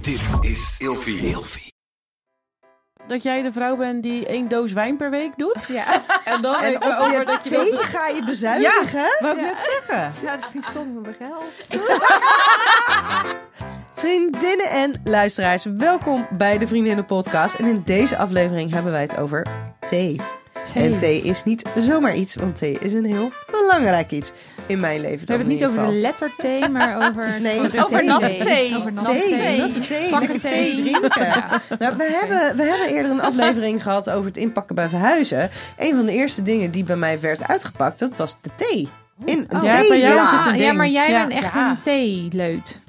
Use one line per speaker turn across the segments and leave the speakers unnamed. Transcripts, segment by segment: Dit is Ilfie.
Dat jij de vrouw bent die één doos wijn per week doet.
Ja.
En dan
En
even
op
over
je
dat je
thee
dat...
ga je bezuinigen.
Wou ik net zeggen.
Ja, dat vind ik zonde van mijn geld.
Vriendinnen en luisteraars, welkom bij de Vriendinnen Podcast. En in deze aflevering hebben wij het over thee. En thee is niet zomaar iets, want thee is een heel belangrijk iets in mijn leven.
We hebben het niet over de letter T, maar over...
Nee,
over de
over
thee.
natte
thee.
Over natte
thee.
thee.
Natte thee,
Vakken
lekker thee
thee.
drinken.
Ja.
Nou, we, hebben, we hebben eerder een aflevering gehad over het inpakken bij verhuizen. Een van de eerste dingen die bij mij werd uitgepakt, dat was de thee. In een
Oh.
Ja, bij jou
theeblaad.
zit een
Ja,
ding.
maar jij
Ja.
bent echt
Ja.
een theeleut.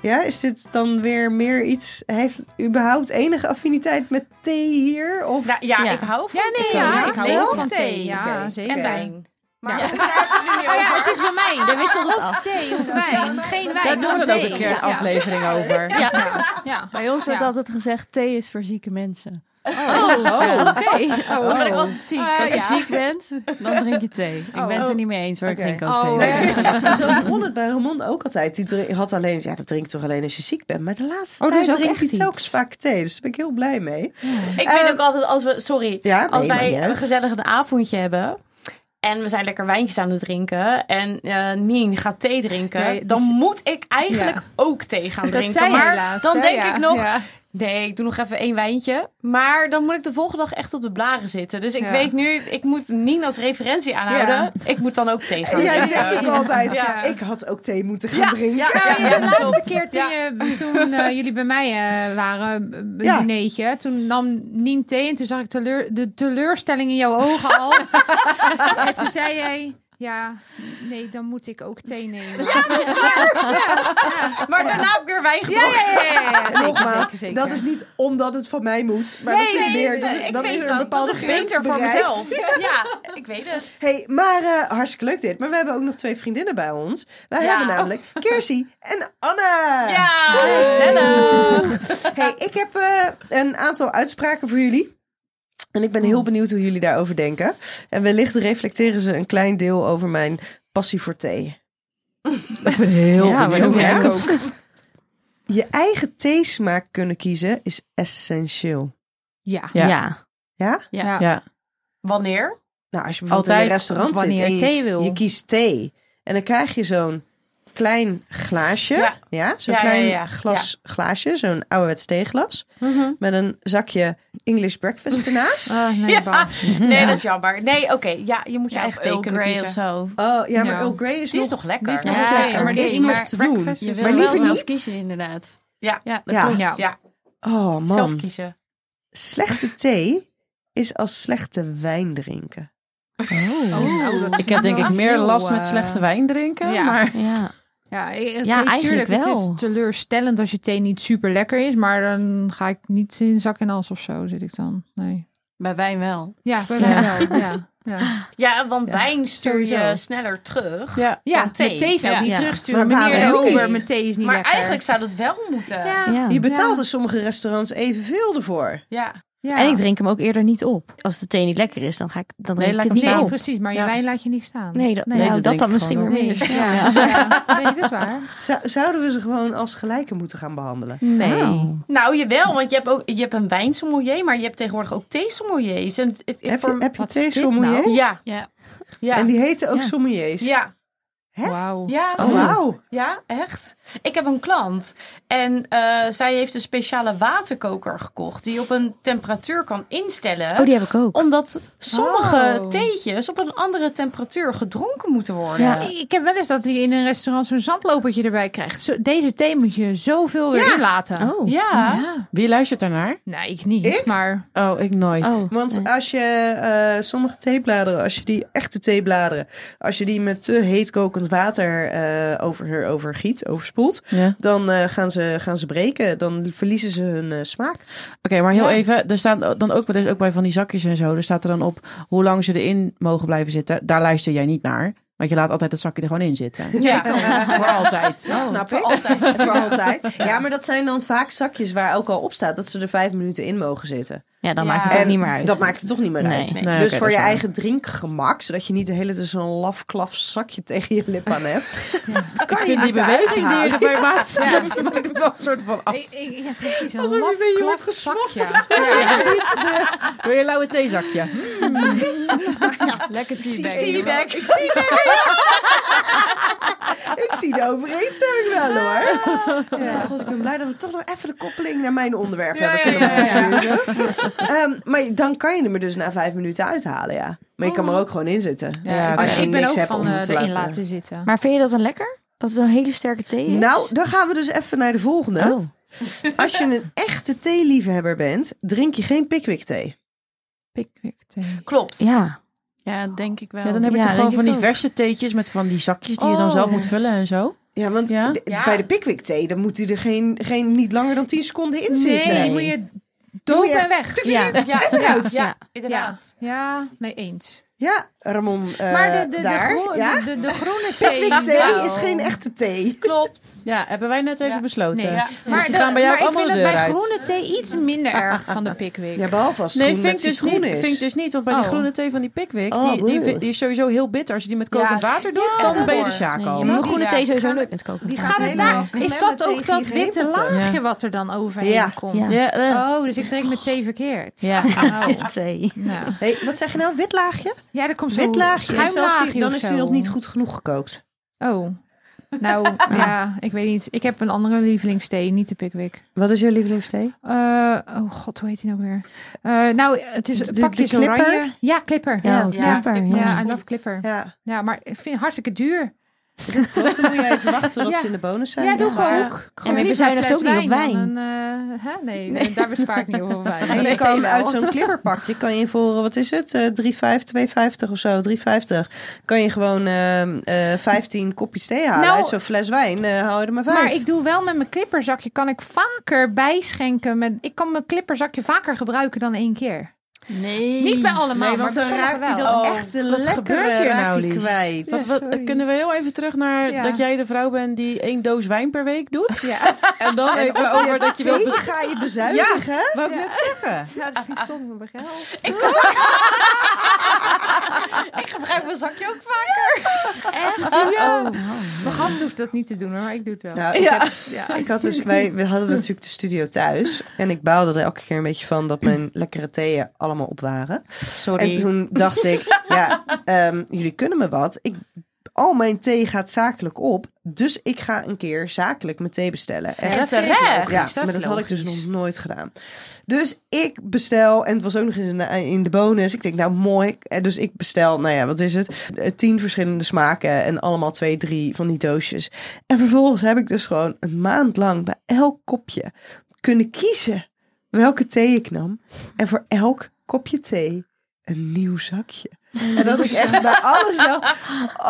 Ja, is dit dan weer meer iets... Heeft het überhaupt enige affiniteit met thee hier? Of...
Nou, ja,
Ja.
ik hou van
Ja, nee,
thee.
ja, ik hou
leef
ook
wel
van thee. Ja,
Oké.
zeker.
En wijn. Maar
Ja.
daar hebben we nu
Oh ja,
over.
het is bij mij. We wisselen het af. thee of wijn. Geen wijn,
Daar doen
maar
we het ook
thee.
een keer
Ja.
een aflevering over. Ja.
Ja. Ja.
Bij ons wordt
Ja.
altijd gezegd, thee is voor zieke mensen.
Oh, oké.
Dan ben ik
Oh.
altijd ziek.
Oh,
Als je
ja.
ziek bent, dan drink je thee. Ik ben
Oh.
het er niet mee eens hoor,
Oké.
ik drink ook
Oh.
thee.
Nou ja, zo begon het bij Ramon ook altijd. Die dri- had alleen, ja, dat drinkt toch alleen als je ziek bent. Maar de laatste
Oh, dat is
dus
tijd
ook
drinkt
echt
hij telkens
iets.
vaak thee. Dus daar ben ik heel blij mee.
Ik vind
Ehm,
Eh,
ook altijd als we, sorry,
Ja,
als
nee, maakt niet
wij een
uit.
gezellig een avondje hebben en we zijn lekker wijntjes aan het drinken en eh Nien gaat thee drinken,
Ja, dus-
dan moet ik eigenlijk
Ja.
ook thee gaan
Dat
drinken.
zei
maar
jij laatst,
dan
hè?
denk
Ja.
ik nog,
Ja.
nee, ik doe nog even één wijntje, maar dan moet ik de volgende dag echt op de blaren zitten. Dus ik
Ja.
weet nu, ik moet Nien als referentie aanhouden.
Ja.
Ik moet dan ook thee gaan
En jij
drinken.
zegt ook altijd,
Ja.
ik had ook thee moeten gaan
Ja,
drinken.
ja, ja,
Nou,
ja,
de
ja,
laatste
klopt.
keer toen,
Ja.
je, toen eh, jullie bij mij eh, waren, eh, een
Ja.
dinertje, toen nam Nien thee en toen zag ik teleur, de teleurstelling in jouw ogen al. en toen zei jij, ja, nee, dan moet ik ook thee nemen. Ja,
Maar daarna heb ik weer wijn gedronken.
ja, ja. ja, ja,
En
zeker,
nogmaals,
zeker, zeker.
dat is niet omdat het van mij moet. Maar
Nee,
dat is
nee,
meer, dat,
nee,
ik
dan
weet
is er
dat.
een bepaalde
dat is beter
grens
voor
bereikt.
mezelf. Ja, ik weet het.
Hey, maar eh, hartstikke leuk dit. Maar we hebben ook nog twee vriendinnen bij ons. Wij
Ja.
hebben namelijk
Oh.
Kersie en Anna.
Ja,
Hey, ik heb eh, een aantal uitspraken voor jullie. En ik ben heel
Oh.
benieuwd hoe jullie daarover denken. En wellicht reflecteren ze een klein deel over mijn passie voor thee. Ik ben heel
Ja, maar dat
benieuwd.
is
hè?
ook.
Je eigen theesmaak kunnen kiezen is essentieel.
Ja.
Ja.
Ja?
Ja.
Ja.
Wanneer?
Nou, als je bijvoorbeeld in
Altijd
een restaurant zit
wanneer je
en je,
thee wil.
je kiest thee. En dan krijg je zo'n klein glaasje. Ja,
Ja.
zo'n
Ja, ja,
klein
ja, ja.
glas glaasje. Zo'n ouderwets theeglas. Met een zakje English breakfast ernaast.
Oh, nee, bah.
Nee, dat is jammer. Nee, oké. Ja, je moet je eigen thee kunnen kiezen.
of zo.
Oh, ja, maar
Ja.
Earl Grey is
Die
nog...
is toch lekker?
die is
Ja,
nog
oké,
lekker.
maar
Die
dit
is nog te doen.
breakfast
Je
is
wil
Maar
wel-
liever
wel zelf
niet.
kiezen inderdaad.
Ja.
ja dat
Ja.
klopt.
Ja.
Ja,
Oh man,
zelf kiezen.
slechte thee is als slechte wijn drinken.
Oh, dat
Ik heb denk ik meer last
eh,
met slechte wijn drinken.
Ja.
Maar
Ja.
Ja, ik- oké,
Ja, eigenlijk
tuurlijk, Het
wel.
is teleurstellend als je thee niet super lekker is, maar dan ga ik niet in zak en as of zo zit ik dan. Nee.
Bij wijn wel.
Ja, bij mij wel. Ja, ja.
Ja, want
Ja,
wijn stuur je
sowieso.
sneller terug.
ja.
ja
thee.
met thee zou ik
Ja.
niet
Ja.
terugsturen.
Maar
Meneer de
waarom
Ober,
niet?
mijn thee is niet
maar
lekker.
eigenlijk zou dat wel moeten.
Ja.
Ja.
Je betaalt
Ja.
in sommige restaurants evenveel ervoor.
Ja.
Ja.
En ik drink hem ook eerder niet op. Als de thee niet lekker is, dan, ga ik, dan
Nee,
drink
laat
ik het
hem
niet
Nee,
staan.
op.
precies, maar
Ja.
je wijn laat je niet staan.
Nee, dat,
nee,
nou,
dat
dat
denk
dan
ik
misschien weer
gewoon
Nee.
minder.
Ja. Ja. nee, dat is waar.
Zou- zouden we ze gewoon als gelijke moeten gaan behandelen?
Nee.
Oh.
Nou, jawel. Want je hebt ook je hebt een wijnsommelier, maar je hebt tegenwoordig ook theesommeliers. En het- het-
Heb je,
voor-
heb je
wat is
thee
dit nou?
sommeliers?
Ja.
Ja.
Ja.
En die heten ook
Ja.
sommeliers?
ja.
Hè?
Wauw.
Ja.
Oh, wauw.
Ja, echt. Ik heb een klant en eh, zij heeft een speciale waterkoker gekocht die op een temperatuur kan instellen.
Oh, die heb ik ook.
Omdat sommige
Oh.
theetjes op een andere temperatuur gedronken moeten worden.
Ja.
Ik heb wel eens dat je in een restaurant zo'n zandlopertje erbij krijgt. Zo- deze thee moet je zoveel erin laten.
Oh.
Ja.
Ja.
Wie luistert daarnaar?
Nee, ik niet.
Ik?
Maar
Oh, ik nooit.
Oh.
Want als je eh, sommige theebladeren, als je die echte theebladeren, als je die met te heet kokend water eh over, overgiet, overspoelt,
Ja.
dan eh, gaan, ze, gaan ze breken. Dan verliezen ze hun eh, smaak.
Oké, maar heel
Ja.
even. Er staan dan ook, dus ook bij van die zakjes en zo. Er staat er dan op hoe lang ze erin mogen blijven zitten. Daar luister jij niet naar. Want je laat altijd dat zakje er gewoon in zitten. Voor altijd.
Oh,
Dat snap ik.
Altijd.
Voor altijd. Ja, maar dat zijn dan vaak zakjes waar ook al op staat dat ze er vijf minuten in mogen zitten.
Ja, dan
Ja.
maakt het ook
En
niet meer uit.
Dat maakt het toch niet meer
Nee.
uit.
Nee,
oké, dat
dus
is
voor je
waar.
eigen drinkgemak, zodat je niet de hele tijd zo'n lafklaf zakje tegen je lip aan hebt.
Ik vind die
uit
beweging die je erbij maakt,
Ja.
dat maakt het wel een soort van af.
Ik, ik, ja, precies. Een
Alsof je
laf,
een beetje
klap
wordt gesmapt.
zakje. Ja.
Wil je een lauwe theezakje?
Lekker teabag.
Ik zie Ik zie de overeenstemming wel hoor.
Ja.
Oh god, ik ben blij dat we toch nog even de koppeling naar mijn onderwerp
Ja,
hebben
ja,
kunnen
ja, ja, ja.
maken. Ehm, maar dan kan je hem er dus na vijf minuten uithalen, ja. Maar je kan er ook gewoon in zitten.
Ja,
ik,
als
ben,
je
ik ben
niks
ook
hebt
van
om
eh,
te
erin
laten-
laten zitten.
Maar vind je dat dan lekker? Dat het een hele sterke thee is?
Nou, dan gaan we dus even naar de volgende.
Oh.
Als je een echte theeliefhebber bent, drink je geen Pickwick thee.
Pickwick thee.
Klopt.
Ja.
Ja, denk ik wel.
Ja, dan heb je
Ja,
toch gewoon
denk
van
ik
die
ook.
verse theetjes met van die zakjes die je dan
Oh.
zelf moet vullen en zo.
Ja, want
Ja?
d-
Ja.
bij de Pickwick thee, dan moet hij er geen, geen, niet langer dan 10 seconden in
Nee,
zitten.
die moet je dood
Moet je-
en weg.
Ja.
Ja, ja, ja, inderdaad.
Ja, nee, eens.
Ja, Ramon, eh,
maar de, de, de,
daar.
groe-
ja?
de, de, de groene
Pickwick
thee.
thee
nou.
is geen echte thee.
Klopt.
Ja, hebben wij net even
Ja.
besloten.
Nou, Nee,
Ja.
Maar die gaan bij jou
maar ik
allemaal
vind
de
het
deur
bij
uit.
groene thee iets minder erg van de Pickwick.
Ja, behalve als het
Nee,
groen
vind ik,
met
dus
citroen
niet,
is.
vind ik dus niet. Want bij die
Oh.
groene thee van die Pickwick,
Oh,
die, die,
bleh.
vind- die is sowieso heel bitter. Als je die met kokend
Ja.
water doet,
Ja,
dan
dat
ben je de
hoort.
Sjaak
Nee,
al.
je moet
die
groene
daar-
thee sowieso
gaan-
nooit met koken.
die
Ja.
gaat
Gaat het daar, is dat ook dat witte laagje
Ja.
wat er dan overheen
Ja.
komt?
Ja.
Ja, eh,
Oh, dus ik drink mijn thee verkeerd.
Ja.
Oh,
Thee.
nou.
Hey, wat zeg je nou? Wit laagje?
Ja, er komt zo'n
Wit laagje. is zelfs die-
schuimlaagje
dan
of
is die
zo.
nog niet goed genoeg gekookt.
Oh. Nou, ja, ik weet niet. Ik heb een andere lievelingsthee, niet de Pickwick.
Wat is jouw lievelingsthee?
Eh, oh god, hoe heet die nou weer? Eh, nou, het is
de
pakjes
Clipper?
oranje. Ja, Clipper. Ja,
Ja,
Ja.
knapper, ja.
I love Clipper.
Ja,
Ja, maar ik vind het hartstikke duur.
dan moet je even wachten tot
Ja.
ze in de bonus zijn.
Ja, doe ik
Dat is waar.
ook. Gewoon liever
we
een
bezuinigen
fles
ook niet op
dan een, eh, hè? Nee, daar bespaar ik niet op wijn.
En je
Nee,
kan
wel.
uit zo'n klipperpakje kan je voor, eh, wat is het, Eh 3,50, 2,50 of zo, 3,50. Kan je gewoon ehm eh 15 kopjes thee halen
Nou,
uit zo'n fles wijn. eh, haal je er maar vijf.
Maar ik doe wel met mijn clipperzakje, kan ik vaker bijschenken. Met, ik kan mijn clipperzakje vaker gebruiken dan één keer.
Nee.
Niet bij allemaal,
nee,
maar
want dan
sommige
raakt hij
wel.
dat
Oh,
echte
wat
lekkere
gebeurt hier
raakt
nou,
hij
Lies?
kwijt.
Wat- wat-
sorry.
kunnen we heel even terug naar
Ja.
dat jij de vrouw bent die één doos wijn per week doet?
Ja,
En dan even over dat je
Thee
wilt... bes-
ga je bezuinigen.
Wou ik net zeggen.
ja dat vind ik zonde van mijn geld.
Ik gebruik mijn zakje ook vaak.
Oh,
Mijn gast hoeft dat niet te doen, hoor, maar ik doe het wel.
Nou, ik, heb- ja, ik had dus, wij we hadden natuurlijk de studio thuis. En ik baalde er elke keer een beetje van dat mijn lekkere theeën allemaal op waren. En
Sorry.
toen dacht ik, ja, ehm, jullie kunnen me wat. Ik, al mijn thee gaat zakelijk op. Dus ik ga een keer zakelijk mijn thee bestellen. En
En
dat vind ik
terecht.
ook.
ja,
is dat
maar dat had ik dus
logisch?
nog nooit gedaan. Dus ik bestel, en het was ook nog in de, in de bonus. Ik denk, nou mooi. Eh, Dus ik bestel, nou ja, wat is het? Eh, Tien verschillende smaken en allemaal twee, drie van die doosjes. En vervolgens heb ik dus gewoon een maand lang bij elk kopje kunnen kiezen welke thee ik nam. En voor elk kopje thee een nieuw zakje.
Mm.
En dat ik echt bij alles wel...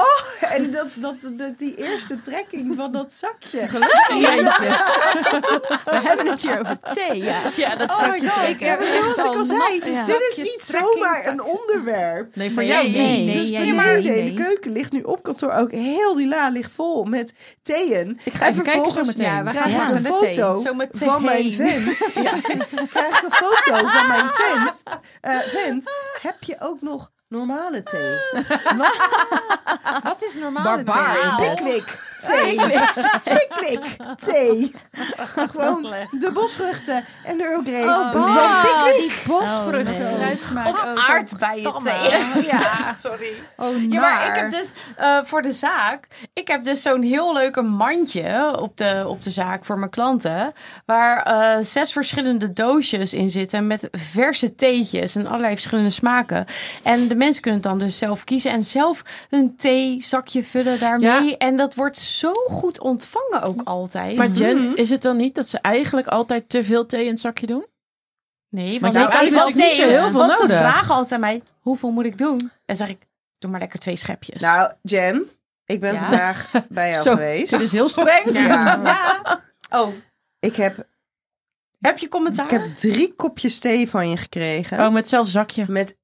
Oh, en dat, dat, dat, die eerste trekking van dat zakje.
We hebben het hier over thee, ja. Ja, dat
Oh my god.
Ik
Ja,
heb
maar
echt
zoals ik
al
al zei,
nachten
dit is
zakjes
niet
trekking,
zomaar een
tak-
onderwerp.
Nee, voor
Nee,
jou
nee.
niet.
Nee,
dus
ja,
beneden
nee,
in de
nee.
keuken ligt nu op kantoor ook heel die la ligt vol met theeën.
Ik ga even kijken zo meteen.
Ja, we gaan
krijg ik
straks
een
aan de thee.
foto
Zo meteen.
van mijn vent. Ja, krijg ik een foto van mijn tent. Eh, vent, heb je ook nog normale thee?
Wat is normaal?
Barbaar is het.
Pickwick thee. Pickwick thee. Gewoon de bosvruchten en de Earl Grey.
Oh,
van Pickwick.
bah, die bosvruchten.
Oh, nee.
Of aardbeien thee. Ja, sorry.
Oh,
Ja, maar ik heb dus eh, voor de zaak, ik heb dus zo'n heel leuke mandje op de, op de zaak voor mijn klanten. Waar eh, zes verschillende doosjes in zitten met verse theetjes en allerlei verschillende smaken. En de mensen kunnen het dan dus zelf kiezen en zelf hun theezakje vullen daarmee.
Ja.
En dat wordt zo goed ontvangen ook altijd.
Maar Jen, is het dan niet dat ze eigenlijk altijd te veel thee in het zakje doen?
nee,
want
want
nou,
ik kan
eigenlijk
zelf
is het
niet
niet zo heel veel
Want ze
nodig.
vragen altijd aan mij, hoeveel moet ik doen? En zeg ik, doe maar lekker twee schepjes.
Nou, Jen, ik ben
Ja?
vandaag bij jou
Zo,
geweest.
Dit is heel streng.
Ja.
ja. Oh,
Ik, heb,
heb je commentaar?
ik heb drie kopjes thee van je gekregen.
Oh, met zelfs zakje.
Met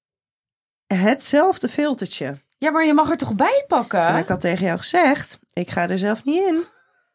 hetzelfde filtertje.
Ja, maar je mag er toch bij pakken?
En ik had tegen jou gezegd, ik ga er zelf niet in.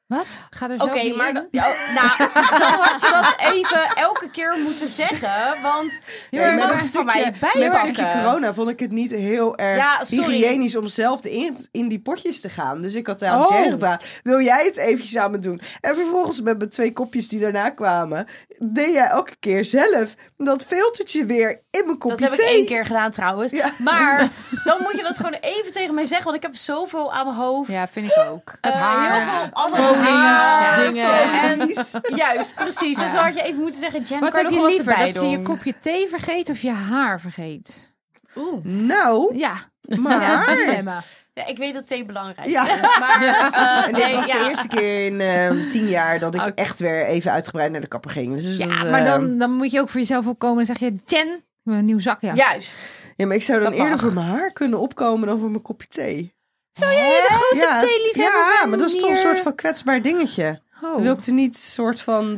Wat? Ga er zo
Oké,
niet
maar
in?
dan, ja, oh, nou, dan had je dat even elke keer moeten zeggen, want
Ja,
je
maar-
mag
maar-
het van mij
Met een
bijpakken.
stukje corona vond ik het niet heel erg
Ja, sorry.
hygiënisch om zelf de in, in die potjes te gaan. Dus ik had aan
Oh.
Thierry gevraagd, wil jij het eventjes aan me doen? En vervolgens met mijn twee kopjes die daarna kwamen, deed jij elke keer zelf dat filtertje weer in mijn kopje
Dat heb ik
thee.
één keer gedaan trouwens.
Ja.
Maar dan moet je dat gewoon even tegen mij zeggen, want ik heb zoveel aan mijn hoofd.
Ja, vind ik ook.
Eh,
haar.
heel veel andere
Foto's,
dingen. Ah,
dingen.
En, juist, precies. Dus dan had je even moeten zeggen, Jen,
Wat
kan
heb
nog
je
wat
liever,
erbij
dat ze je
doen?
kopje thee vergeet of je haar vergeet?
Nou,
Ja,
maar...
ja, een dilemma.
Ja, ik weet dat thee belangrijk
Ja.
is, maar... eh,
En dit
nee,
was de
ja.
eerste keer in ehm, tien jaar dat ik
Oké.
echt weer even uitgebreid naar de kapper ging. Dus
Ja,
dat,
maar
ehm,
dan, dan moet je ook voor jezelf opkomen en zeg je... Jen, ik wil een nieuw zakje. aan."
Juist.
Ja, maar ik zou dan
Dat mag.
eerder voor mijn haar kunnen opkomen dan voor mijn kopje thee.
Zou jij je de grootste
ja,
theeliefhebber
Ja,
bent
maar dat is toch een
hier?
soort van kwetsbaar dingetje.
Oh.
Dan wil ik er niet soort van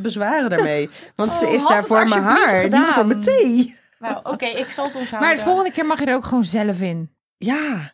bezwaren daarmee. Want ze
Oh,
is
had
daar
het
voor mijn
alsjeblieft
haar,
gedaan.
niet voor mijn thee.
Nou, oké, ik zal het onthouden.
Maar de volgende keer mag je er ook gewoon zelf in.
Ja,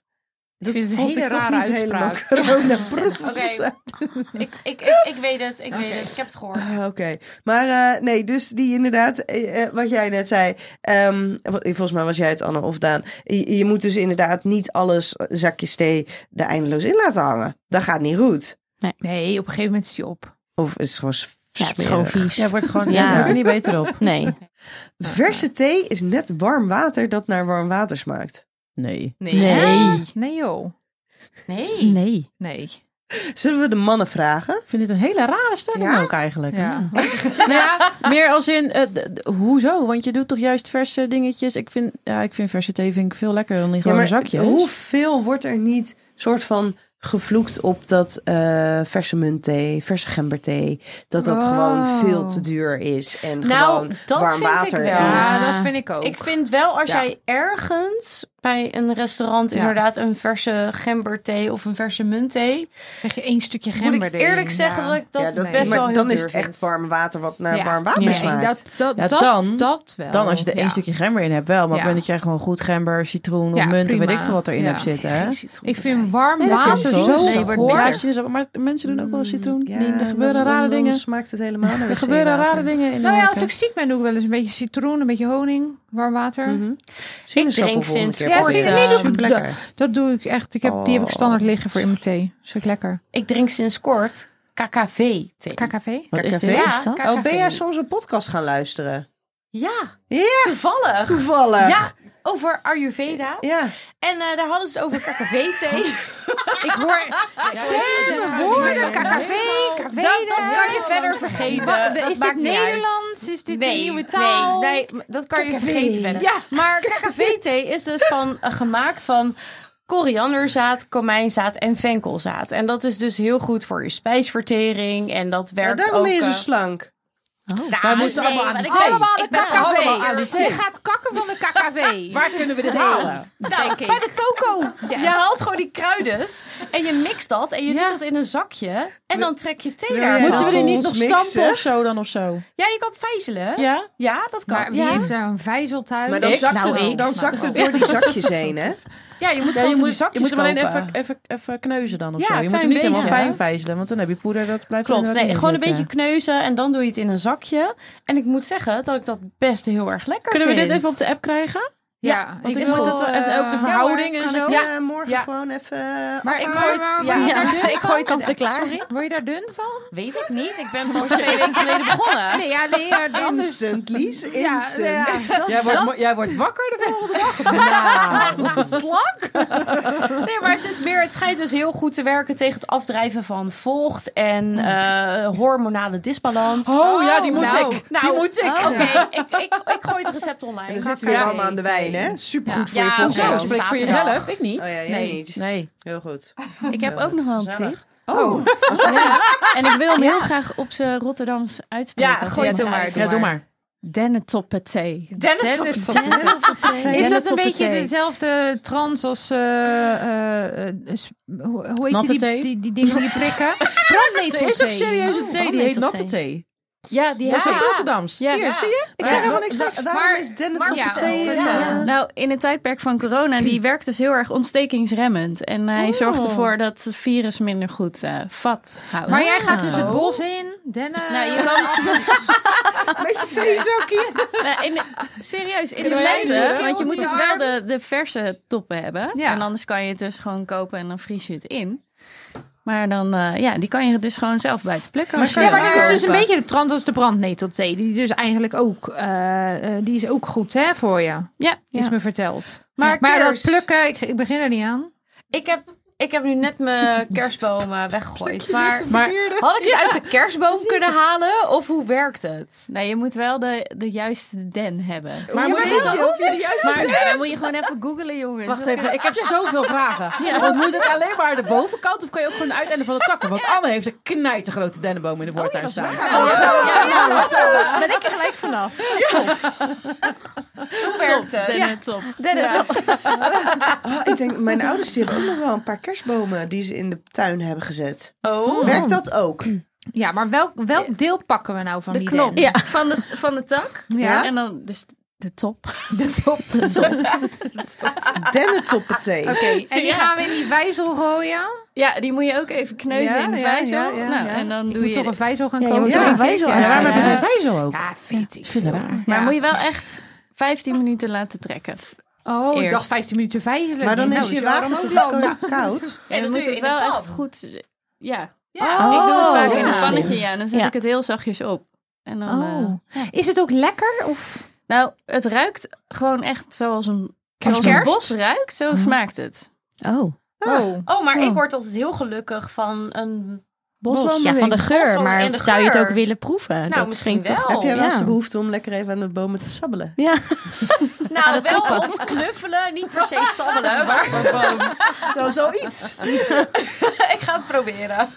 dat
vind het een
vond
hele
ik toch
rare
niet helemaal
uitspraak.
coronaproof.
Oké. Ik, ik, ik, ik weet het, ik weet het. Ik heb het gehoord.
Ah, Oké, maar eh, nee, dus die inderdaad, eh, eh, wat jij net zei, ehm, wat- volgens mij was jij het Anne of Daan, je, je moet dus inderdaad niet alles eh, zakjes thee er eindeloos in laten hangen. Dat gaat niet goed.
Nee, op een gegeven moment is die op.
Of is het gewoon s-
Ja, het is
smerig.
gewoon vies.
Ja, het wordt gewoon, ja.
Ja.
het wordt er niet beter op.
Nee.
Verse thee is net warm water dat naar warm water smaakt.
Nee.
Nee.
Nee.
Nee joh.
Nee.
Nee.
Nee.
Zullen we de mannen vragen?
Ik vind dit een hele rare stelling
Ja?
ook eigenlijk.
Ja.
Nou ja, meer als in, eh, d- d- hoezo? Want je doet toch juist verse dingetjes? Ik vind, ja, ik vind verse thee vind ik veel lekkerder dan die gewone zakjes.
hoeveel wordt er niet soort van gevloekt op dat eh, verse muntthee, verse gemberthee, dat dat
Oh.
gewoon veel te duur is en
Nou,
gewoon
dat
warm
vind ik
water
wel.
is.
Ja, dat vind ik ook.
Ik vind wel als
Ja.
jij ergens bij een restaurant
Ja.
inderdaad een verse gemberthee of een verse muntthee.
Krijg je één stukje gember
Moet ik eerlijk
erin,
zeggen
ja.
dat ik dat,
Ja,
dat-
best
maar
wel heel
dan
duur
is het echt
vind.
warm water wat naar
Ja.
eh, warm water
Nee,
smaakt.
dat, dat,
Ja,
dat,
dan-
dat wel.
Dan als je er één
Oh, Ja.
stukje gember in hebt wel. Maar
Ja.
ben dat jij gewoon goed gember, citroen of
Ja,
munt of
prima.
weet ik veel wat erin
Ja.
hebt zitten. Hè?
Ik vind warm
Nee, dat kan
water
toch?
zo
Nee,
wordt
goor.
bitter.
Ja, citroen is ook- maar mensen doen ook wel citroen.
Ja,
Nee, er
dan-
gebeuren
dan-
rare
dan
dingen.
smaakt het helemaal naar
Er gebeuren rare dingen in de
Nou ja,
horeca.
als ik ziek ben doe ik wel eens een beetje citroen, een beetje honing, warm water.
drink sinds
Ja,
kort,
zie je,
eh,
nee, doe ik-
lekker.
Dat doe ik echt. Ik heb, Die heb ik standaard liggen voor in mijn thee. Stuk lekker.
Ik drink sinds kort KKV-thee.
KKV?
Wat is
KKV?
dit?
ja,
is dat?
Oh, ben jij
KKV.
soms een podcast gaan luisteren?
Ja,
Ja,
toevallig.
toevallig.
Ja, over Ayurveda.
Ja.
En eh, daar hadden ze het over KKV-thee.
Ik hoor termen, woorden, KKV, KKV.
dat, dat kan je verder vergeten.
Wat-
Dat
is dit
maakt niet uit.
Nederlands? Is dit een
Nee,
nieuwe taal?
Nee, nee, maar dat kan je vergeten verder.
Ja.
Maar KKV-thee is dus van, eh, gemaakt van korianderzaad, komijnzaad en venkelzaad. En dat is dus heel goed voor je spijsvertering. En dat
Ja,
werkt
Oh, daarom
ook...
ben je zo
eh,
slank.
nou,
Ah,
Wij moeten
nee,
allemaal aan
maar
die
ik-
thee.
Allemaal de
Ik ben allemaal aan die
KKV.
thee.
Je gaat kakken van de KKV. Nou,
Waar kunnen we dit halen?
denk
Bij
ik.
de toko.
Ja.
Je haalt gewoon die kruidens en je mixt dat en je doet dat in een zakje en dan trek je thee daar.
Ja,
Moeten we dit niet nog
ons mixen.
stampen of zo dan of zo?
Ja, je kan het vijzelen. Ja,
Ja?
dat kan.
Maar wie
ja.
heeft daar een vijzel thuis?
Maar dan
Ik?
zakt,
Nou,
het,
ik.
dan zakt het door die zakjes heen, hè?
ja, je moet
Ja,
gewoon
je,
van die
moet, je
zakjes
moet hem alleen
kopen.
even, even, even kneuzen dan of
Ja,
zo. Je
een
moet hem
klein
niet helemaal
beetje,
fijn
hè?
vijzelen, want dan heb je poeder dat blijft er
Klopt,
inderdaad
nee,
in
gewoon een beetje
zitten.
kneuzen en dan doe je het in een zakje. En ik moet zeggen dat ik dat best heel erg lekker
Kunnen we
vind.
dit even op de app krijgen?
Ja,
Want ik
wil,
moet het- en ook de
eh,
verhouding en
Kan
zo.
ik ja, eh, morgen
Ja.
gewoon even... eh,
Maar ik
afhalen?
gooi het, ja.
ja.
ik gooi het dan te
klaar.
Sorry, word je daar dun van?
Weet ik niet, ik ben pas twee weken geleden begonnen.
Nee, ja, nee, ja, anders.
Instant, Lies,
Ja,
instant.
ja, dat,
Jij wordt,
dat-
mo- jij wordt wakker de volgende
Nou.
slak.
Nee, maar het is meer, het schijnt dus heel goed te werken tegen het afdrijven van vocht en eh, hormonale disbalans.
Oh, ja, die moet
nou.
ik. die moet ik.
Oké, ik, ik, ik gooi het recept online.
En dan zitten we weer
Kakao.
allemaal aan de wijn, hè? Supergoed
Ja,
voor je
hoezo?
Zo,
volgende
spreek voor
zaterdag.
jezelf. Ik niet.
Oh ja, jij
Nee.
niet.
Nee.
Heel goed.
Ik heb ook nog wel een
gezellig.
tip.
Oh,
En ik wil hem heel graag op zijn Rotterdams uitspreken.
Ja,
als
gooi
hij
het
eruit
maar.
is.
Ja, doe maar.
Dennetoppeté.
Dennis, op
Dennis
het-
op- Is dat een
Dennetoppeté.
beetje dezelfde trans als, eh eh, eh, s- hoe hoe heet
Natte
die,
thee?
die, die dingen die prikken? Brandnetel
Er is ook
thee.
serieus een
Oh,
thee, die
brandnetelthee.
heet natte thee.
Ja, die
Dat is
heb
ook
ik.
Rotterdams.
Ja.
Hier, zie je? Ik zeg helemaal niks
Wa-
geks.
Waarom is Dennis
maar-
op
ja,
het thee?
ja.
Ja.
Nou, in het tijdperk van corona, die werkt dus heel erg ontstekingsremmend. En hij zorgt ervoor dat het virus minder goed eh, vat houdt.
Maar jij gaat dus het bos in, dennen.
Nou, je kan,
Met je theezakje.
nou, in de- serieus, in de
Kunnen wij
lente,
zo
want je
op
moet
je
dus wel
arm?
de, de verse toppen hebben.
Ja.
En anders kan je het dus gewoon kopen en dan vries je het in. Maar dan, eh, ja, die kan je dus gewoon zelf buiten plukken. als je
Ja,
dat
maar dat
wil.
is dus een beetje de trant als de brandnetelthee. Die dus eigenlijk ook, eh, eh, die is ook goed hè, voor je,
Ja,
is
ja.
me verteld.
Maar,
Maar dat
kers.
plukken, ik, ik begin er niet aan.
Ik heb, ik heb nu net mijn kerstbomen weggegooid. Maar
Maar
had ik het uit de kerstboom kunnen halen? Of hoe werkt het?
Nee, je moet wel de, de juiste den hebben.
Maar moet dit-
Maar dan moet je gewoon even googlen, jongens.
Wacht even, ik heb zoveel vragen. Want moet het alleen maar de bovenkant of kan je ook gewoon de uiteinden van de takken? Want Anne heeft een knijtergrote dennenboom in de voortuin staan.
ben ik er gelijk vanaf.
Hoe werkt het?
Den top.
Oh, ik denk, mijn ouders die hebben ook nog wel een paar kerstbomen die ze in de tuin hebben gezet.
Oh.
Werkt dat ook?
Ja, maar welk, welk deel pakken we nou van
De
die
knop
den?
van, de, van de tak.
Ja.
En dan dus de top.
De top. De top. Oké,
Dennentoppen thee.
en die
Ja.
gaan we in die vijzel gooien.
Ja, die moet je ook even kneuzen
Ja,
in de
ja,
vijzel.
ja, ja,
nou,
ja.
En dan
Ik
doe
moet
je...
toch een vijzel gaan
Ja, je
kopen.
moet
toch een
kijk,
vijzel
ja,
aan
Ja,
waar
waarom
maken
heb je
ja.
een vijzel ook?
Ja, vind ik.
Ik vind het raar.
Maar
Ja.
moet je wel echt 15 minuten laten trekken.
Oh, ik
Eerst.
dacht 15 minuten vijzelen.
Maar dan
Nee,
is
nou,
je
arm
water
ook lang.
toch ko- koud?
En dan
dat doe
moet
je
het
in
wel
een pan.
echt goed... Ja, Oh,
Ja.
ik doe het vaak
dat
in
is
een pannetje.
slim.
Ja, en dan zet
Ja.
ik het heel zachtjes op. En dan, eh,
Oh. Is het ook lekker? Of...
nou, het ruikt gewoon echt zoals een,
Als
zoals een
kerst?
bos ruikt. Zo smaakt het.
Oh.
Oh.
Oh, maar ik word altijd heel gelukkig van een...
Ja, van de geur.
Boswandeling en
Maar
de
zou je het
geur.
ook willen proeven?
Nou,
Dat
misschien
klinkt toch-
wel.
Heb jij wel eens
ja.
de behoefte om lekker even aan de bomen te sabbelen?
Ja.
Nou, wel om te knuffelen. Niet per se sabbelen. Maar
Nou, zoiets.
ik ga het proberen.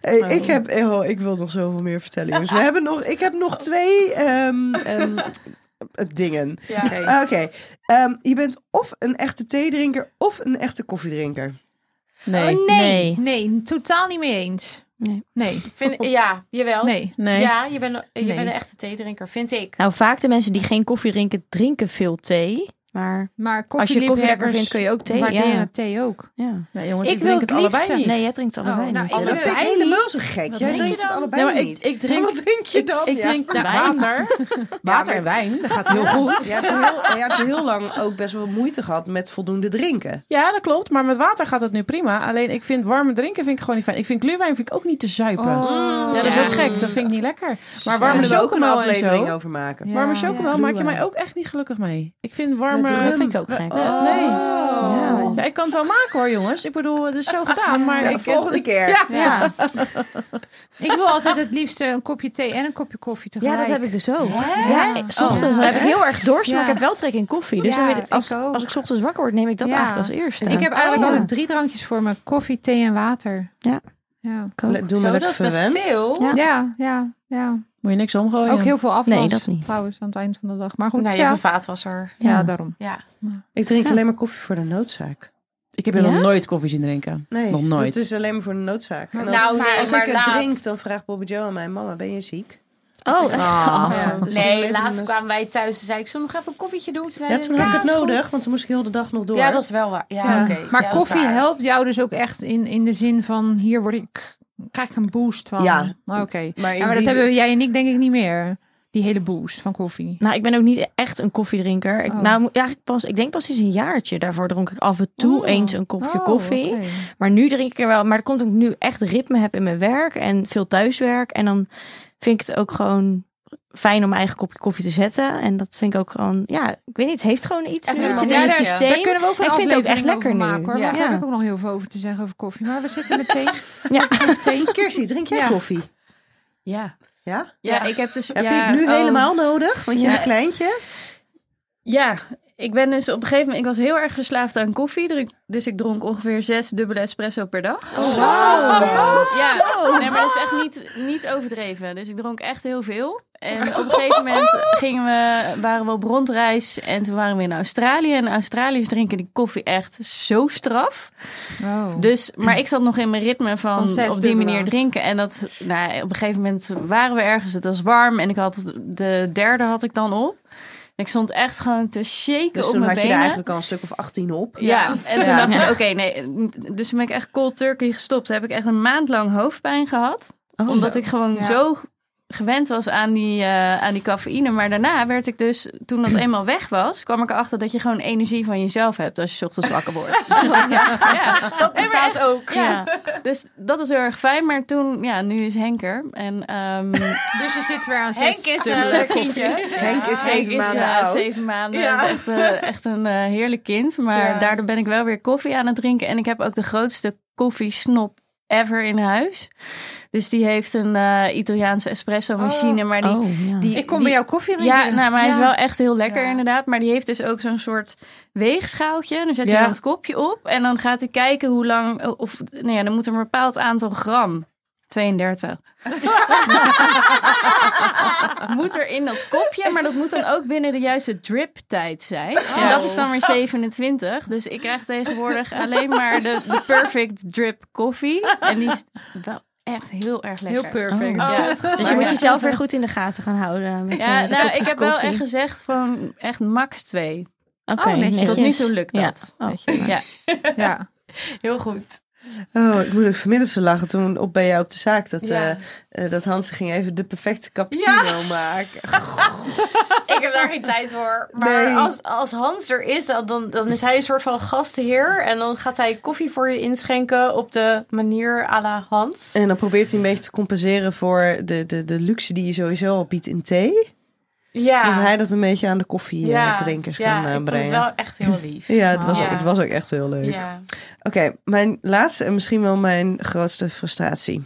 Hey, ik, heb, eh, oh, ik wil nog zoveel meer vertellen, jongens. We hebben nog, ik heb nog twee ehm, ehm, eh, dingen.
Ja.
Oké.
Oké, ehm, je bent of een echte theedrinker of een echte koffiedrinker.
Nee.
Oh,
Nee.
nee. nee, totaal niet mee eens.
Nee.
Nee,
Ik Vind, ja, jawel.
nee.
Nee.
Ja, je bent, je
Nee.
bent een echte theedrinker, vind ik.
Nou, vaak de mensen die geen koffie drinken, drinken veel thee. Maar
Maar
als je koffie lekker vindt, kun je ook thee.
waarderen
Ja.
thee ook.
ja.
Nee, jongens,
Ik
ik, drink
wil
het
het liefste.
allebei niet.
Nee, jij drinkt allebei
Oh, nou,
niet.
ik-
Oh, dat
Eh,
vind ik
wij
helemaal zo gek. jij
drink je
drinkt het
dan?
allebei
Nee, maar ik,
niet.
ik drink,
Wat drink je dan?
ik
Ja.
drink water. Water en wijn, dat gaat heel goed.
Je hebt, heel, je hebt heel lang ook best wel moeite gehad met voldoende drinken.
Ja, dat klopt. Maar met water gaat het nu prima. Alleen ik vind warme drinken vind ik gewoon niet fijn. Ik vind gluwijn vind ik ook niet te zuipen.
Oh.
Ja, dat is
Ja.
ook gek. Dat vind ik niet lekker. Maar
Dus Daar
warme
kunnen we ook een
chocomel en
aflevering
zo.
over maken.
Ja.
Warme chocomel maak je
Gluwijn.
mij ook echt niet gelukkig mee. Ik vind
Met
warme...
rum.
Dat vind ik ook gek.
Eh, Nee.
Oh.
Ja, ik kan het wel maken hoor, jongens. Ik bedoel, het is zo gedaan. Maar
Ja, de
ik, eh,
volgende keer.
Ja.
Ja. ik wil altijd het liefst eh, een kopje thee en een kopje koffie tegelijk.
Ja, dat heb ik dus ook.
Hè?
Ja, ik- 's ochtends dan heb ik heel erg dorst, maar
Oh. Ja.
ik heb wel trek in koffie. Dus
Ja,
dan weet ik,
ik
als,
ook.
als ik 's ochtends wakker word, neem ik dat
Ja.
eigenlijk als eerste.
Ik heb eigenlijk
Oh, ja.
altijd drie drankjes voor me. Koffie, thee en water.
Ja.
Ja,
Ik ook.
Le- Doe
Zo,
maar
dat
lekker
is best
verwend.
veel.
Ja.
ja, ja. ja.
Moet je niks omgooien.
Ook heel veel afwas
Nee, dat niet.
trouwens aan het eind van de dag. Maar goed,
Nou, je
ja.
hebt een vaatwasser.
ja,
Ja.
daarom.
Ja.
Ik drink alleen maar koffie voor de noodzaak.
Ik heb je
Ja?
nog nooit koffie zien drinken.
Nee,
Nog nooit.
dat is alleen maar voor de noodzaak. En als
Nou, nee,
als
maar
ik het
laatst-
drink, dan vraagt Bobby Joe aan mij... Mama, ben je ziek?
Oh, echt?
Ah.
Oh.
Ja, dus alleen maar
Nee,
de
laatst
noodzaak.
kwamen wij thuis en zei ik, zullen we nog even een koffietje doen? Toen zei
Ja,
ze,
toen had ik het
is goed."
nodig, want toen moest ik heel de dag nog door.
Ja, dat is wel waar. Ja,
Ja.
oké.
Maar
Ja, dat is
koffie
waar.
helpt jou dus ook echt in, in de zin van... hier word ik, krijg ik een boost van.
Ja.
Oké.
Maar,
Ja,
in
maar dat
die zin-
hebben jij en ik denk ik niet meer. Die hele boost van koffie.
Nou, ik ben ook niet echt een koffiedrinker. Ik,
Oh.
nou, mo- eigenlijk pas, ik denk pas sinds een jaartje. Daarvoor dronk ik af en toe
Oh.
eens een kopje
Oh,
koffie.
oké.
Maar nu drink ik er wel. Maar dat komt omdat ik nu echt ritme heb in mijn werk en veel thuiswerk. En dan vind ik het ook gewoon fijn om mijn eigen kopje koffie te zetten. En dat vind ik ook gewoon, ja, ik weet niet, het heeft gewoon iets.
Even
meer.
een
Het zit in het
momentje.
systeem.
Daar kunnen we ook een
Ik vind het ook echt
aflevering
lekker
over
nu.
maken hoor.
Ja.
Want daar
Ja.
heb ik ook nog heel veel over te zeggen over koffie. Maar we zitten met thee.
Ja.
Met thee.
Kirsie, drink jij
Ja.
koffie?
Ja.
Ja?
Ja, ik heb dus...
Heb
ja,
je het nu
oh.
helemaal nodig? Want je
Ja.
hebt een kleintje.
Ja, ik ben dus op een gegeven moment, ik was heel erg verslaafd aan koffie. dr- Dus ik dronk ongeveer zes dubbele espresso per dag. Oh. Ja, nee, maar dat is echt niet, niet overdreven. Dus ik dronk echt heel veel. En op een gegeven moment gingen we, waren we op rondreis en toen waren we in Australië. En Australiërs drinken die koffie echt zo straf.
Oh.
Dus, maar ik zat nog in mijn ritme van
Van zes
op die manier
dubbele.
drinken. En dat, nou, op een gegeven moment waren we ergens, het was warm en ik had de derde had ik dan op. En ik stond echt gewoon te shaken
Dus
op
toen
mijn
had je
benen.
er eigenlijk al een stuk of 18 op.
Ja, en toen
Ja.
dacht ik, oké, nee. Dus toen ben ik echt cold turkey gestopt. Heb ik echt een maand lang hoofdpijn gehad. omdat ik gewoon
Ja.
zo gewend was aan die, eh, aan die cafeïne. Maar daarna werd ik dus, toen dat eenmaal weg was, kwam ik erachter dat je gewoon energie van jezelf hebt als je 's ochtends wakker wordt. ja.
Dat bestaat ook.
Ja. Dus dat is heel erg fijn. Maar toen, ja, nu is Henker. En ehm
Dus je zit weer aan
Henk
zes
is
dubbele
een leuk
koffie.
kindje.
Henk is
Henk
zeven
is,
maanden
eh,
oud.
Zeven maanden.
Ja.
Dat is Echt, eh, echt een eh, heerlijk kind. Maar
Ja.
daardoor ben ik wel weer koffie aan het drinken. En ik heb ook de grootste koffiesnop ever in huis. Dus die heeft een eh, Italiaanse espresso machine. Maar die,
Oh, ja.
die,
Ik kom
die-
bij jou koffie
Ja, nou, maar hij is wel echt heel lekker
Ja.
inderdaad. Maar die heeft dus ook zo'n soort weegschaaltje. Dan zet
Ja.
hij dan het kopje op. En dan gaat hij kijken hoe lang... Of, nou ja, dan moet er een bepaald aantal gram... 32. moet er in dat kopje, maar dat moet dan ook binnen de juiste drip-tijd zijn. En dat is dan weer 27. Dus ik krijg tegenwoordig alleen maar de, de perfect drip koffie. En die is wel echt heel erg lekker.
heel perfect.
Oh.
Ja.
Dus je moet jezelf weer goed in de gaten gaan houden. Met,
Ja,
eh, de
nou,
kopjes
ik heb wel
koffie.
echt gezegd gewoon echt max twee.
Oké,
Oh, netjes.
netjes.
Tot nu toe lukt
Ja.
dat.
Oh.
Ja.
Heel goed.
Oh, ik moet ook vanmiddag zo lachen toen op bij jou op de zaak dat,
Ja.
eh, eh, dat Hans ging even de perfecte cappuccino maken.
Ik heb daar geen tijd voor. Maar
Nee.
als, als Hans er is, dan- dan, dan is hij een soort van gastheer. En dan gaat hij koffie voor je inschenken op de manier à la Hans.
En dan probeert hij een beetje te compenseren voor de, de, de luxe die je sowieso al biedt in thee. Dat
Ja,
hij dat een beetje aan de koffiedrinkers
ja,
kan eh,
ik vond
brengen.
het wel echt heel lief.
Ja, het was,
Ja.
het was ook echt heel leuk.
Ja.
Oké, mijn laatste en misschien wel mijn grootste frustratie.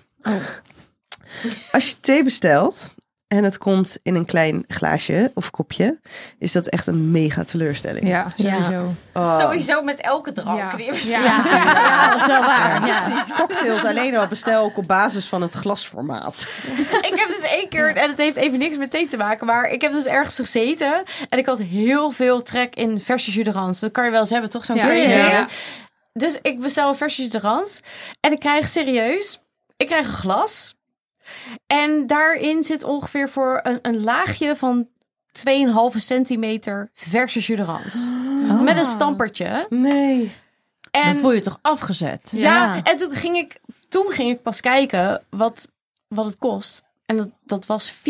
Als je thee bestelt en het komt in een klein glaasje of kopje, is dat echt een mega teleurstelling.
ja, sowieso.
Oh.
Sowieso met elke drank.
Ja.
die je bestelt.
Ja.
Ja, dat is wel waar. Ja.
Cocktails alleen al bestel ik op basis van het glasformaat.
ik heb dus één keer, en het heeft even niks met thee te maken, maar ik heb dus ergens gezeten en ik had heel veel trek in verse jus de rans. Dat kan je wel eens hebben, toch? Zo'n
Ja.
kun
Ja.
je ding.
Ja.
Dus ik bestel een verse jus de rans en ik krijg serieus, ik krijg een glas. En daarin zit ongeveer voor een, een laagje van 2,5 centimeter verse jus de rans.
Oh.
Met een stampertje.
Nee.
En
Dan voel je toch afgezet?
ja,
Ja.
en toen ging, ik, toen ging ik pas kijken wat, wat het kost. En dat, dat was 4,95.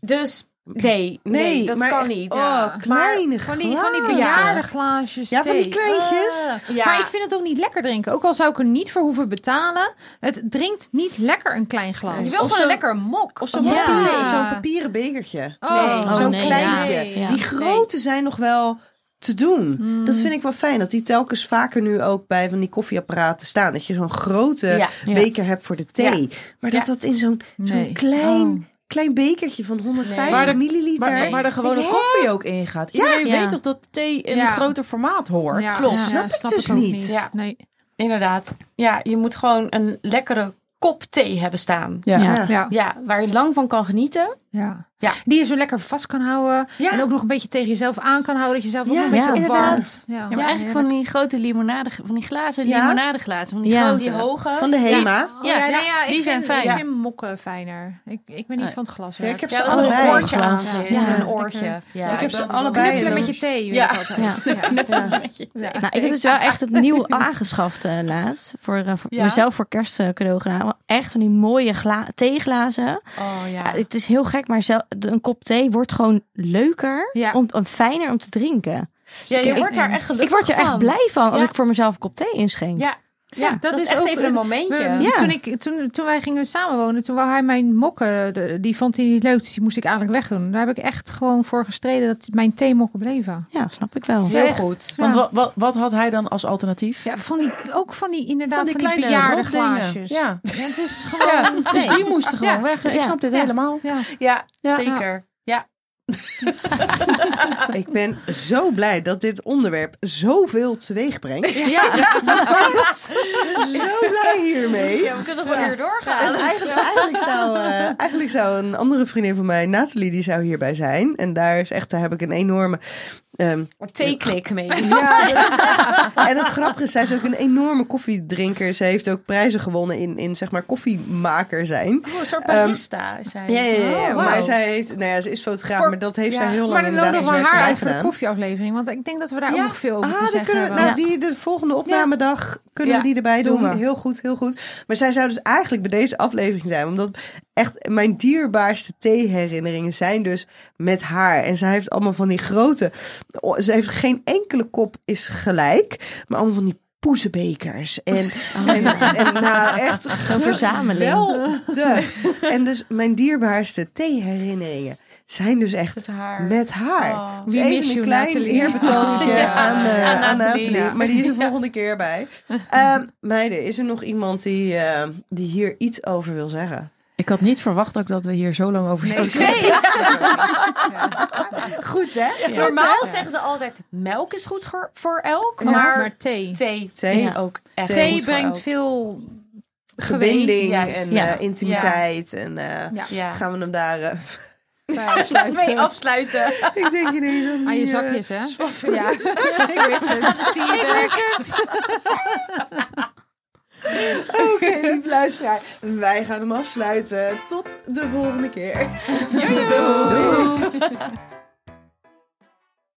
Dus nee, nee,
Nee,
dat
maar
kan
echt-
niet.
Oh, kleine
Van die, van die
glazen.
bejaarde glaasjes
Ja, van die
thee.
kleintjes.
Ah.
Ja.
Maar ik vind het ook niet lekker drinken. Ook al zou ik er niet voor hoeven betalen. Het drinkt niet lekker een klein glas.
Je wil gewoon een
zo'n-
lekker mok.
Of zo'n
Ja.
papieren, zo'n papieren bekertje.
Oh,
Nee.
Oh,
zo'n
nee,
kleintje.
ja. Nee.
Ja.
Die grote zijn nog wel te doen. Dat vind ik wel fijn. Dat die telkens vaker nu ook bij van die koffieapparaten staan. Dat je zo'n grote
Ja.
beker hebt voor de thee. Maar dat
Ja.
dat in zo'n zo'n
Nee.
klein,
Oh.
klein bekertje van 150
Waar de-
milliliter.
Waar, waar de gewone
Hè?
koffie ook in gaat. Iedereen
Ja.
weet toch dat thee in
Ja.
een groter formaat hoort?
Ja,
klopt.
ja,
Snap ik
snap
dus
ik ook
niet.
Ja.
Nee.
Inderdaad. Ja, je moet gewoon een lekkere kop thee hebben staan.
Ja.
Ja.
Ja.
Ja, waar je lang van kan genieten.
Ja.
Ja.
Die je zo lekker vast kan houden.
Ja.
En ook nog een beetje tegen jezelf aan kan houden. Dat je zelf ook
Ja,
nog een beetje
ja,
inderdaad.
opwarmt. Ja,
Ja, maar eigenlijk van die grote limonade, van die glazen
Ja?
limonadeglazen, van die
Ja.
grote.
Die hoge.
Van de Hema.
Oh, ja,
Ja,
nou ja, ik
die
vind,
zijn fijn.
Ik vind mokken fijner. Ik, ik ben niet van het glas.
Ja, ik heb
Ja,
ze
dat er een
allebei.
oortje aan zit.
Ja.
Een oortje. Ja,
ik heb ze
dat is
allebei.
ook-
Knuffelen
Ja.
met je thee. Weet
Ja.
ik altijd. Ja.
Nou, ik heb dus wel echt het nieuw aangeschaft eh, laatst. Voor, eh, voor
Ja.
mezelf voor kerstcadeau gedaan. Maar Echt van die mooie gla- theeglazen.
Oh
Ja,
ja.
het is heel gek, maar zel- een kop thee wordt gewoon leuker
Ja.
om, om fijner om te drinken.
ja, je
ik-
wordt daar echt gelukkig
ik word er echt
van.
blij van als
Ja.
ik voor mezelf een kop thee inschenk.
Ja. Ja, dat, is, echt
ook-
even een
We-
momentje.
Ja.
Toen, ik, toen, toen wij gingen samenwonen, toen wou hij mijn mokken, de- die vond hij niet leuk, dus die moest ik eigenlijk wegdoen. Daar heb ik echt gewoon voor gestreden dat mijn theemokken bleven.
Ja, snap ik wel.
Heel
Echt.
goed.
Want
Ja.
wat, wat, wat had hij dan als alternatief?
Ja, van die, ook van die inderdaad van
Van
die,
die kleine
bejaarde
ronddingen.
glaasjes.
Ja.
het is gewoon...
Ja, Dus
nee.
die moesten gewoon
Ja.
weg. En Ik
Ja.
snap dit
Ja.
helemaal.
Ja.
Ja,
Ja.
zeker. Ja.
Ik ben zo blij dat dit onderwerp zoveel teweeg brengt. Ja, zo blij hiermee.
Ja, we kunnen gewoon hier
En
doorgaan.
eigenlijk, eigenlijk, zou, eh, eigenlijk zou een andere vriendin van mij, Nathalie, die zou hierbij zijn. En daar is echt, daar heb ik een enorme. ehm,
Theeklik mee.
ja, dat is echt- en het grappige is, zij is ook een enorme koffiedrinker. Ze heeft ook prijzen gewonnen in, in zeg maar koffiemaker zijn.
Oh, een soort barista is hij.
Ja, ja, ja. ja.
Oh, wauw.
Maar zij heeft, nou ja, ze is fotograaf,
Voor-
maar dat heeft
ja.
zij heel lang
Maar dan
inderdaad
nodigen
als
we haar
werk
uit voor de
gedaan.
koffieaflevering. Want ik denk dat we daar
Ja.
ook nog veel over
Ah,
te
dan
zeggen
kunnen, we-
hebben.
nou, die, de volgende opnamedag kunnen
Ja,
we die erbij
doen
doen.
we.
Heel goed, heel goed. Maar zij zou dus eigenlijk bij deze aflevering zijn. Omdat echt mijn dierbaarste thee-herinneringen zijn dus met haar. En zij heeft allemaal van die grote... oh, Ze heeft geen enkele kop is gelijk. Maar allemaal van die poezebekers. En, en, en nou echt...
Zo'n verzameling.
geweldig. En dus mijn dierbaarste thee-herinneringen zijn dus echt
Met haar.
met haar.
Oh.
Dus
We
even
miss
een
you,
klein
Nathalie.
eerbetoontje
Oh. Ja.
aan, eh,
Aan
aan
Nathalie.
Nathalie. Maar die is er volgende keer bij. Ehm, meiden, is er nog iemand die, eh, die hier iets over wil zeggen?
Ik had niet verwacht ook dat we hier zo lang over zouden
Nee. Ja.
Goed, hè?
Normaal zeggen ze altijd, melk is goed voor- voor elk,
Maar,
maar
thee.
thee,
Thee.
is
Ja.
ook echt
Thee
Thee
goed voor
brengt
elk.
veel gewin.
Verbinding en
juist.
eh,
Ja.
intimiteit. En eh,
Ja,
Ja.
gaan we hem daar... eh,
bij
Mee
afsluiten.
afsluiten.
ik denk ineens aan,
Aan je
die, eh,
zakjes, hè?
zwaffen.
Ja, ik wist het. Ik wist het.
Oké, lieve luisteraar. Wij gaan hem afsluiten. Tot de volgende keer.
Doei.